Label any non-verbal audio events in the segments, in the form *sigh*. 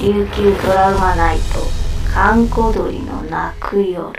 琉球ドラマナイト閑古鳥の泣く夜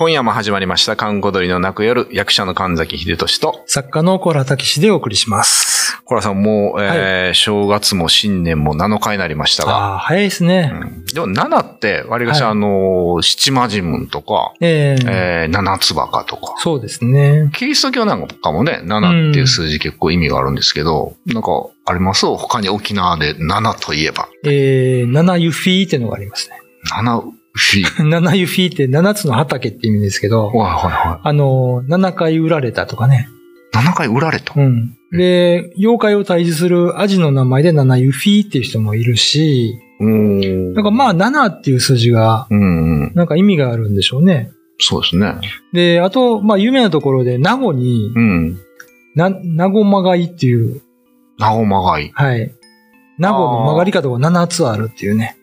今夜も始まりました、観光鳥の泣く夜、役者の神崎秀俊と、作家のコラタキシでお送りします。コラさんもう、えー正月も新年も7日になりましたが、ああ、早いですね。うんでも7って、割りかし、はいあのー、七魔神文とか、えええー七つばかとか、そうですね。キリスト教なんかもね、7っていう数字結構意味があるんですけど、なんかあります他に沖縄で7といえば。ええ七ユフィーってのがありますね。 *laughs* 7、牛。七ユフィーって七つの畑って意味ですけど、はいはいはあの、七回売られたとかね。い。7回売られた。うん。で、妖怪を退治するアジの名前で七ユフィーっていう人もいるし、うんなんかまあ七っていう数字が、うんうん。なんか意味があるんでしょうね。そうですね。で、あと、まあ有名なところで、名護に、うん。な、名護まがいっていうなおまがい。はい。名護の曲がり方が7つあるっていうね。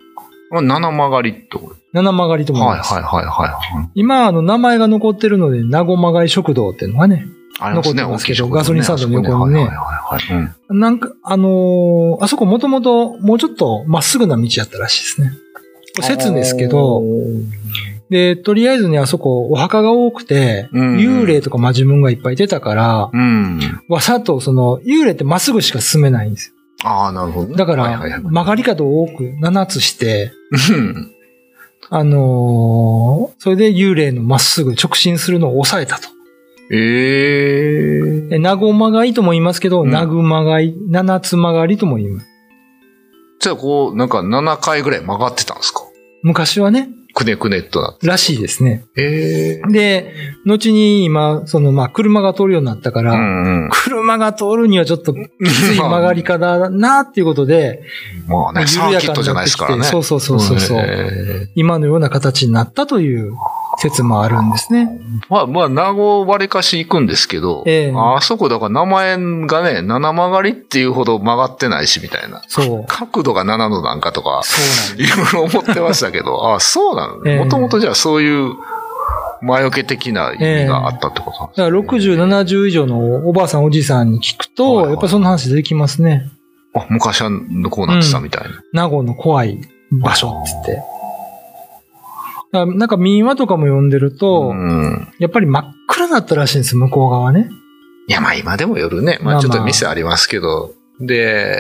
これ7曲がりってこ7曲がりとと思はいいます。はいはいはい。今、あの、名前が残ってるので、名護曲がり食堂っていうのがね、ありますね、残って大ますきけいど食堂ガソリンスタンドの横にねはいはいはいはい。うんなんか、あのーあそこもともと、もうちょっとまっすぐな道やったらしいですね。説ですけど、で、とりあえずね、あそこ、お墓が多くて、うん幽霊とか魔呪文がいっぱい出たから、うん。わざとその、幽霊ってまっすぐしか進めないんですああ、なるほどね。よ。だから、はいはいはい曲がり角を多く7つして、うんあのーそれで幽霊のまっすぐ直進するのを抑えたと。えええ、なごまがいとも言いますけど、うんなぐまがい、七つ曲がりとも言います。じゃあこう、なんか7回ぐらい曲がってたんですか昔はね、くねくねっとなっらしいですね。て。ええで、後に今、その、まあ、車が通るようになったかうんら、うん。車が通るにはちょっときつい曲がり方だなっていうことで、 *laughs* まあまあね、サーキットじゃないですからね。そうそうそうそうそう、え今のような形になったという説もあるんですね。えまあまあ、名護割りかし行くんですけど、ええあそこだから名前がね、七曲がりっていうほど曲がってないし、みたいな。そう。そう角度が7度なんかとか、なんです。いろいろ思ってましたけど、 *laughs* ああ、そうなのね。ええもともとじゃあそういう前置き的な意味があったってことなんですだから60、70以上のおばあさん、おじいさんに聞くと、はいはいやっぱりその話出てきますね。あ昔はこうなってたみたいな。名護の怖い場所っつって。だからなんか民話とかも読んでると、うん。やっぱり真っ暗だったらしいんです、向こう側ね。いや、まあ今でも夜ね、ままああちょっと店ありますけど、で、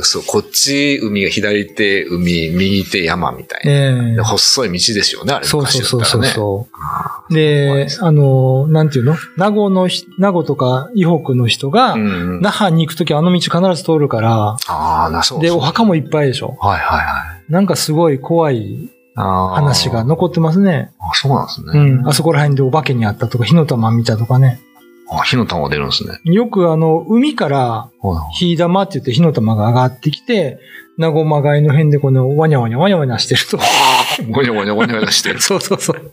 そう、こっち海が左手海、右手山みたいな。ええで細い道ですよね、あれそう昔そうだそうったらそうね。そう。怖いでで、すあの、なんていうの名護のひ、名護とか伊北の人が、うんうん那覇に行くときあの道必ず通るから、ああ、な、そうで、そうお墓もいっぱいでしょ。はいはいはい。なんかすごい怖いあー話が。残ってますね。あそうなんですね。うん。あそこら辺でお化けにあったとか、火の玉見たとかね。あ火の玉出るんですね。よくあの、海からはいはい火玉って言って火の玉が上がってきて、名護まがいの辺でこのワニャワニャワニャワニャしてると。 *laughs* *laughs* ゴニョゴニョゴニョゴニョしてる。そうそうそう。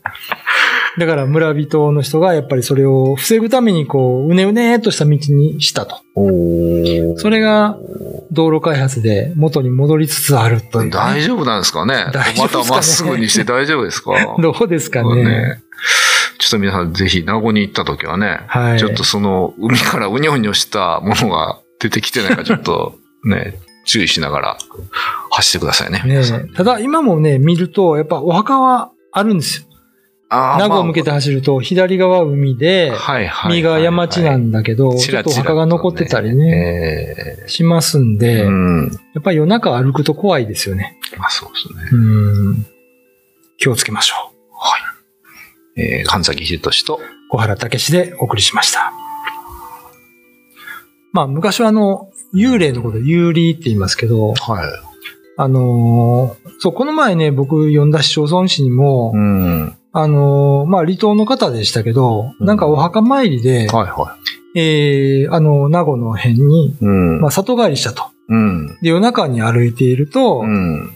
だから村人の人がやっぱりそれを防ぐためにこう、うねうねーっとした道にしたと。それが道路開発で元に戻りつつあるという、大丈夫なんですかね大丈夫ですかねまたまっすぐにして大丈夫ですか *laughs* どうですかそうね。ねちょっと皆さんぜひ名護に行った時はね、はい。ちょっとその海からうにょうにょしたものが出てきてないかちょっと *laughs* ね、注意しながら走ってくださいね。ねえただ今もね、見ると、やっぱお墓はあるんですよ。あー名護を向けて走ると、左側海で、まあはいはい右側山地なんだけいど、はいちょっとおちらちらと墓ねが残ってたりね、えしますんえで、うん。やっぱり夜中歩くと怖いですよね。まあそうですね。うん。気をつけましょう。えー、神崎秀俊と、小原武史でお送りしました。まあ、昔はあの、幽霊のこと、幽霊って言いますけはど、い。あのーそう、この前ね、僕読んだ市町村市にもう、ん。はいあのーまあ、離島の方でしたけど、うんなんかお墓参りで、はえーあの、名護の辺に、い。うん。まあ、里帰りしたと。うん。で、夜中に歩いていると、うん。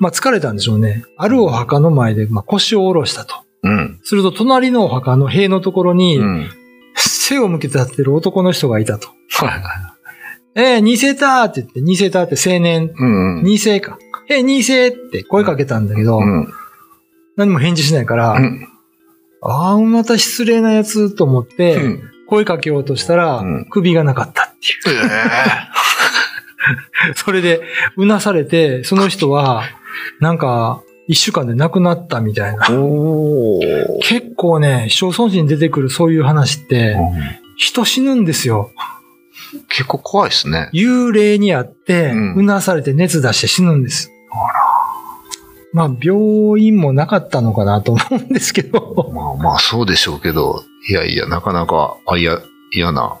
まあ、疲れたんでしょうね。あるお墓の前で、まあ、腰を下ろしたと。うん。すると、隣のお墓の塀のところに、うん。背を向けて立ってる男の人がいたと。はい。えー、偽せたーって言って、偽せたーって青年、うん。偽せか。えー、偽せって声かけたんだけど、うん。何も返事しないから、うん。ああ、また失礼なやつと思って、うん声かけようとしたら、うん首がなかったっていう。 *laughs* ええそれで、うなされて、その人は、なんか、一週間で亡くなったみたいな。おー。結構ね、死傷損失に出てくるそういう話って、人死ぬんですよ。結構怖いですね。幽霊にあって、うんうなされて熱出して死ぬんです。まあ、病院もなかったのかなと思うんですけ *laughs* ど、まあまあそうでしょうけど、いやいや、なかなか、あ、いや、嫌な。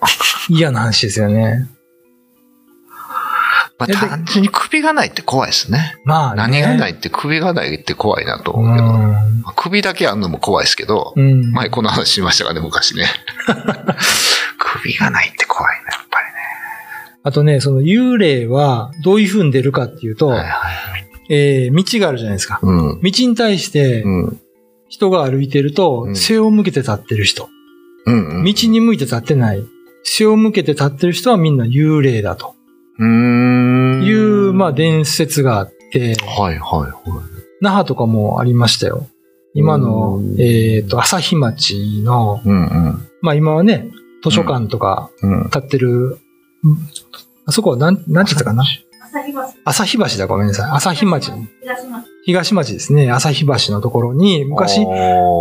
嫌な話ですよね。まあえで単純に首がないって怖いですね。まあ、何がないいって首がないって怖いなとう思うけど。ん。まあ首だけあんのも怖いですけど、うん。前この話しましたかね、昔ね。首がないって怖いな、やっぱりね。あとね、その幽霊はどういう風に出るかっていうと、はいはいえー道があるじゃないですか。うん。道に対してうん。うん人が歩いてると、うん背を向けて立ってる人。うん。道に向いて立ってない。背を向けて立ってる人はみんな幽霊だとうーん。いう、まあ伝説があって、はいはいはい。那覇とかもありましたよ。今のう、んえっ、と、朝日町の、うんうん。まあ今はね、図書館とかうん。立ってる、うんあそこはなん、なんて言ったかな朝日町。朝日橋だ、ごめんなさい。朝日町。東町。東町ですね。朝日橋のところに、昔、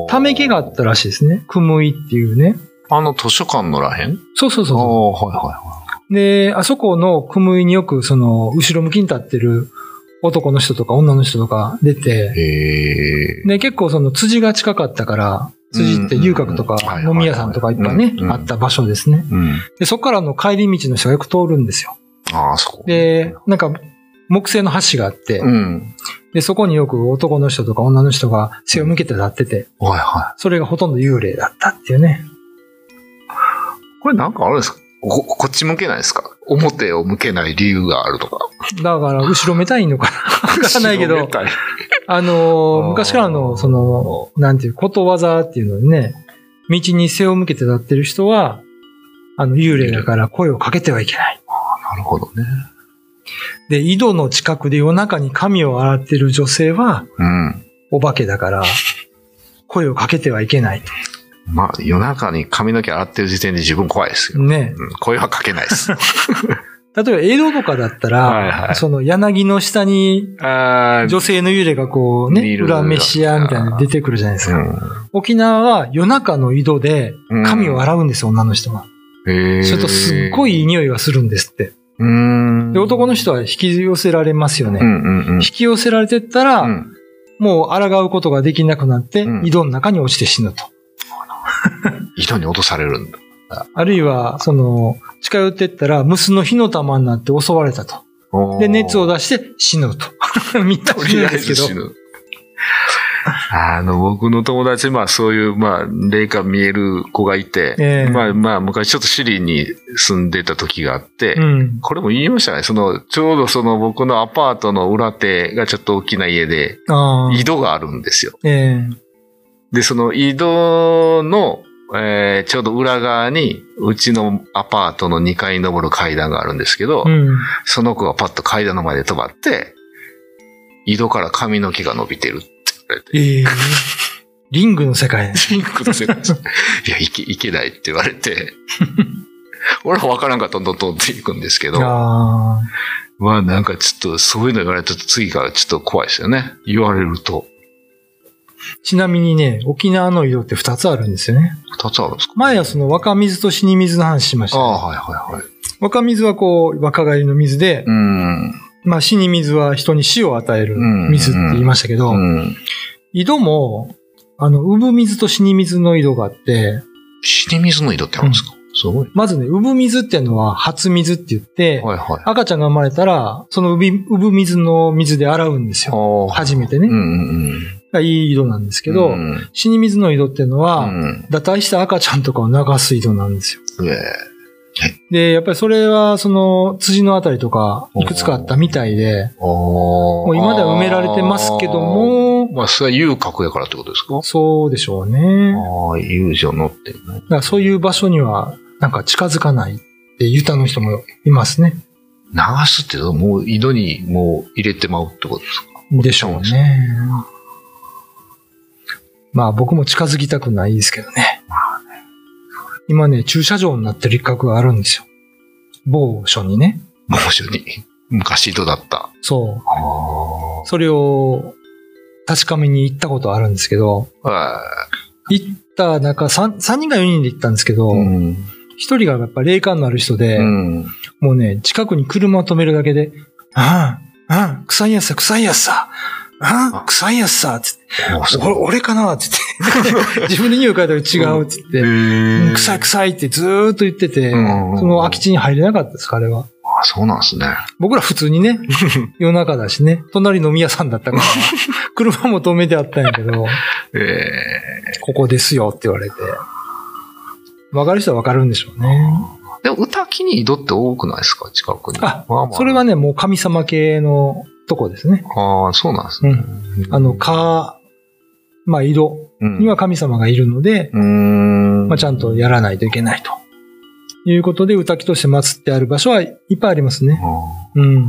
ため池があったらしいですね。くむいっていうね。あの図書館のらへんそうそうあそうそあ、はいはう。で、あそこのくむいによく、その、後ろ向きに立ってる男の人とか女の人とか出い。て、へえ。で、結構その、辻が近かったから、辻って遊郭とかうんうんうん飲み屋さんとかいっぱいねうんう、んあった場所ですね。うん。で、そこからの帰り道の人がよく通るんですよ。ああ、そこ。で、なんか、木製の橋があってう、ん。で、そこによく男の人とか女の人が背を向けて立ってて、はいはそれがほとんど幽霊だったっていうね。い。これなんかあるんですかここっち向けないですか表を向けない理由があるとか。だから、後ろめたいの *laughs* かなわからないけ後ろどめ、たいああのーー昔からの、その、なんていう、ことわざっていうのにね、道に背を向けて立ってる人は、あの、幽霊だから声をかけてはいけない。なるほどね。で、井戸の近くで夜中に髪を洗ってる女性は、うん。お化けだから、声をかけてはいけないまあ、夜中に髪の毛洗ってる時点で自分怖いですと。よ。ね。うん、声はかけないで *laughs* す。例えば、江戸とかだったら、はいはいその、柳の下に、あー女性の幽霊がこうね、見る裏飯屋みたいなの出てくるじゃないですか。う沖縄は夜中の井戸でうん髪を洗うんですよ、女の人は。ん。へえ。するとすっごいいい匂いがするんですって。うん。で、男の人は引き寄せられますよね。うんうんうん引。き寄せられてったら、うんもう抗うことができなくなって、うん井戸の中に落ちて死ぬと。井戸に落とされるんだ。あるいは、その、近寄ってったら、ムスの火の玉になって襲われたと。で、熱を出出して死ぬと。 *laughs* みんなと死りぬあんでえすけず死ど。ぬ。あの、僕の友達、まあそういう、まあ、霊感見える子がいて、ええまあまあ、昔ちょっとシリに住んでた時があって、うん。これも言いましたね。その、ちょうどその僕のアパートの裏手がちょっと大きな家で、ああ。井戸があるんですよ。えで、その井戸の、えーちょうど裏側に、うちのアパートの2階に登る階段があるんですけど、えうん。その子がパッと階段の前で止まって、井戸から髪の毛が伸びてるっ *laughs* て言われて。ええリングの世界ね。ピンクの世界ですいや、いけ、いけないって言われて、 *laughs* 俺は分からんからどんどん飛んでいくんですけど、ああ。まあなんかちょっとそういうの言われると次からちょっと怖いですよね。言われると。ちなみにね、沖縄の井戸って二つあるんですよね。二つあるんですか前はその若水と死に水の話しましあたね、あ、はいはいはい。若水はこう、若返りの水で、うん。まあ死に水は人に死を与えるうん水って言いましたけど、うん。井戸も、あの、産水と死に水の井戸があって、死に水の井戸ってあるんですか、すごい。まずね、産水っていうのは初水って言って、はいはい。赤ちゃんが生まれたら、その産み産水の水で洗うんですよ。あ初めてうね。んうんうん。がいい井戸なんですけど、うん。死に水の井戸っていうのうは、ん脱退した赤ちゃんとかを流す井戸なんですよ。ええで、やっぱりそれは、その、辻のあたりとか、いくつかあったみたいで、ももう今では埋められてますけど、も、まあ、それは遊郭やからってことですかそうでしょうね。だああ、遊女のってね。からそういう場所には、なんか近づかないって、ユタの人もいますね。流すってどうもう井戸にもう入れてまうってことですかでしょうね。まあ僕も近づきたくないですけどね。今ね、駐車場になってる一角があるんですよ。某所にね。猛暑に。 *laughs* 昔井戸だった。そあう。それを確かめに行ったことあるんですけど、あ。行った中、三三人か4人で行ったんですけど、うん。一人がやっぱ霊感のある人で、うん。もうね、近くに車を止めるだけで、ああ、ああ、臭いやつさ、臭いやつさ、ああ、臭いやつさ、つって、俺、俺かな、つって。 *laughs* 自分で匂い嗅いだら違う、つって。うん臭臭い臭いってずーっと言ってて、その空き地。地に入れなかったです、彼は。あそうなんですね。僕ら普通に *laughs* ね、夜中だしね、隣飲み屋さんだったから、車も止めてあったんやけど、えここですよって言われて。わかる人はわかるんでしょうね。ーでも、歌木に井戸って多くないですか近くに。あままそれはね、もう神様系のとこですね。ああ、そうなんですうね。ん。あの、か、まあ、井戸うん、には神様がいるので、うーん。まあ、ちゃんとやらないといけないと。いうことで、歌木として祀ってある場所はいっぱいありますね。ううん。ん。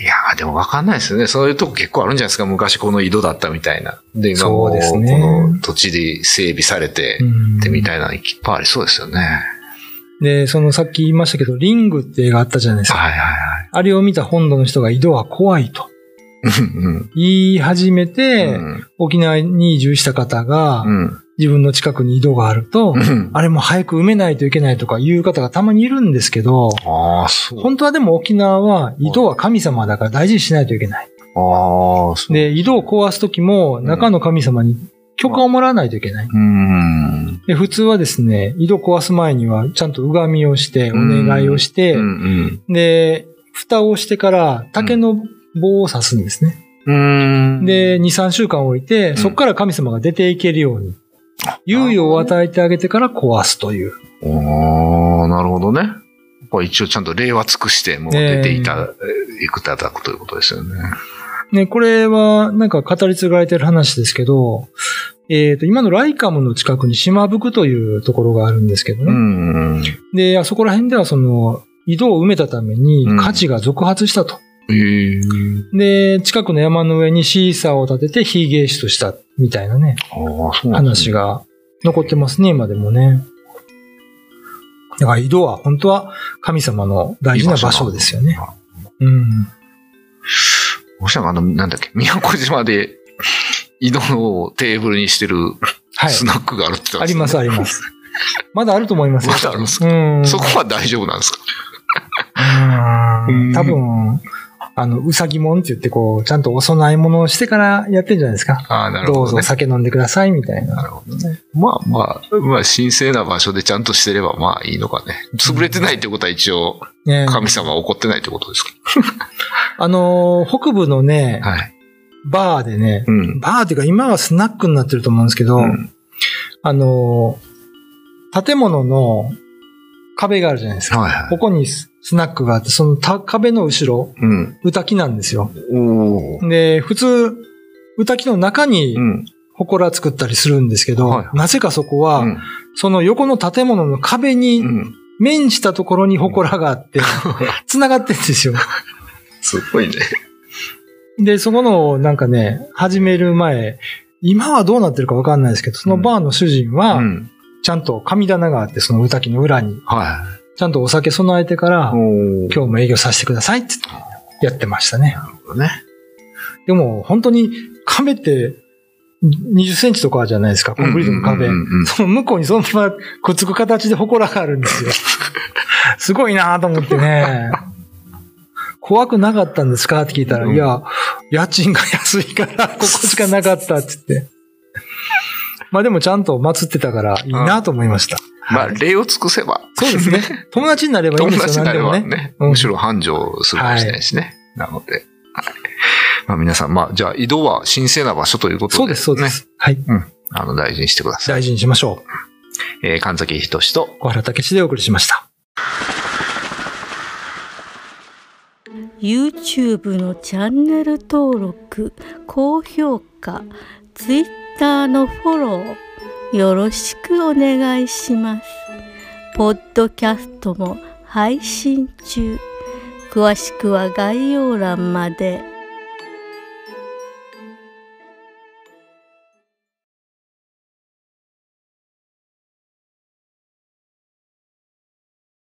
いやーでも分かんないですよね。そういうとこ結構あるんじゃないですか。昔この井戸だったみたいな。で、今もうそうですこねの土地で整備されて、うんってみたいなのいっぱいありそうですよね。で、そのさっき言いましたけど、リングって映画あったじゃないですか。はいはいはい。あれを見た本土の人が井戸は怖いとうん言い始めうて、ん。沖縄に移住した方がう、ん。自分の近くに井戸があると、うん。あれも早く埋めないといけないとかいう方がたまにいるんですけど、ああ、そう。本当はでも沖縄は井戸は神様だから大事にしないといけない。ああ、そう。で、井戸を壊すときも中の神様に許可をもらわないといけない。うん。で、普通はですね、井戸壊す前にはちゃんと拝みをして、お願いをして、うんで、蓋をしてから竹の棒を刺すんですね。うん。うん、で、2、3週間置いて、んそこから神様が出ていけるように、猶予を与えてあげてから壊すという。おーなるほどね。やっぱ一応ちゃんと礼は尽くして、もう出ていた、いくただくということですよね。ね、これはなんか語り継がれてる話ですけど、えっ、と、今のライカムの近くに島福というところがあるんですけどうね。ん。で、あそこら辺ではその、井戸を埋めたためにうん価値が続発したと。ええで、近くの山の上にシーサーを立てて非芸師としたみたいなね。ああ、そうなんです話ね。が残ってますね、今でもね。だから井戸は本当は神様の大事な場所ですよね。うん。もしなんかあの、なんだっけ、宮古島で、 *laughs* 井戸をテーブルにしてるはい。スナックがあるって言あってたりんま、ですすあねります。まだあると思いますよまだあるんですうん。そこは大丈夫なんですかうん。多分、あの、うさぎもんって言ってこう、ちゃんとお供え物をしてからやってんじゃないですか。ああ、なるどほうど、ぞね。酒飲んでくださいみたいなな。るほどね。まあまあ、まあ神聖な場所でちゃんとしてればまあいいのかね。潰れてないってことは一応、ね、神様は怒ってないってことですか、あのー、北部のね、はい。バーでね、うん。バーっていうか今はスナックになってると思うんですけど、うんあのー、建物の壁があるじゃないですか。はいはい。ここにススナックがあって、そのた壁の後ろ、うん。歌木なんですよ。おーで、普通、歌木の中にうん。祠作ったりするんですけど、はいはなぜかそこは、うんその横の建物の壁にうん。面したところに祠があって、 *laughs* 繋がってるんですよ。すごいね。で、そこの、なんかね、始める前、今はどうなってるかわかんないですけど、そのバーの主人は、うん。ちゃんと神棚があって、その歌木の裏に、はちゃんとお酒備えてからい。、お今日も営業させてくださいってやってましたね。日ね。でも、本当に壁って20センチとかじゃないですか、コンクリートの壁うん。うんうんうんその向こうにそのままくっつく形で祠があるんですよ。 *laughs* すごいなと思ってね。怖くなかったんですかって聞いたら、うんいや、家賃が安いから、 *laughs* ここしかなかったって言って。まあでもちゃんと祀ってたからいいなと思いました。まあ、礼を尽くせば。そうです *laughs* ね。友達になればいいん友です達によ、なれば何でもね。ね。うんむしろ繁盛するかもしれないしね。なので。はいまあ皆さん、まあ、じゃあ移動は神聖な場所ということで。そうです、そうでね。す。はい。あの、大事にしてください。大事にしましょう。えー、神崎仁と。小原武史でお送りしました。 YouTube のチャンネル登録高評価 Twitter のフォローよろしくお願いしますポッドキャストも配信中詳しくは概要欄まで。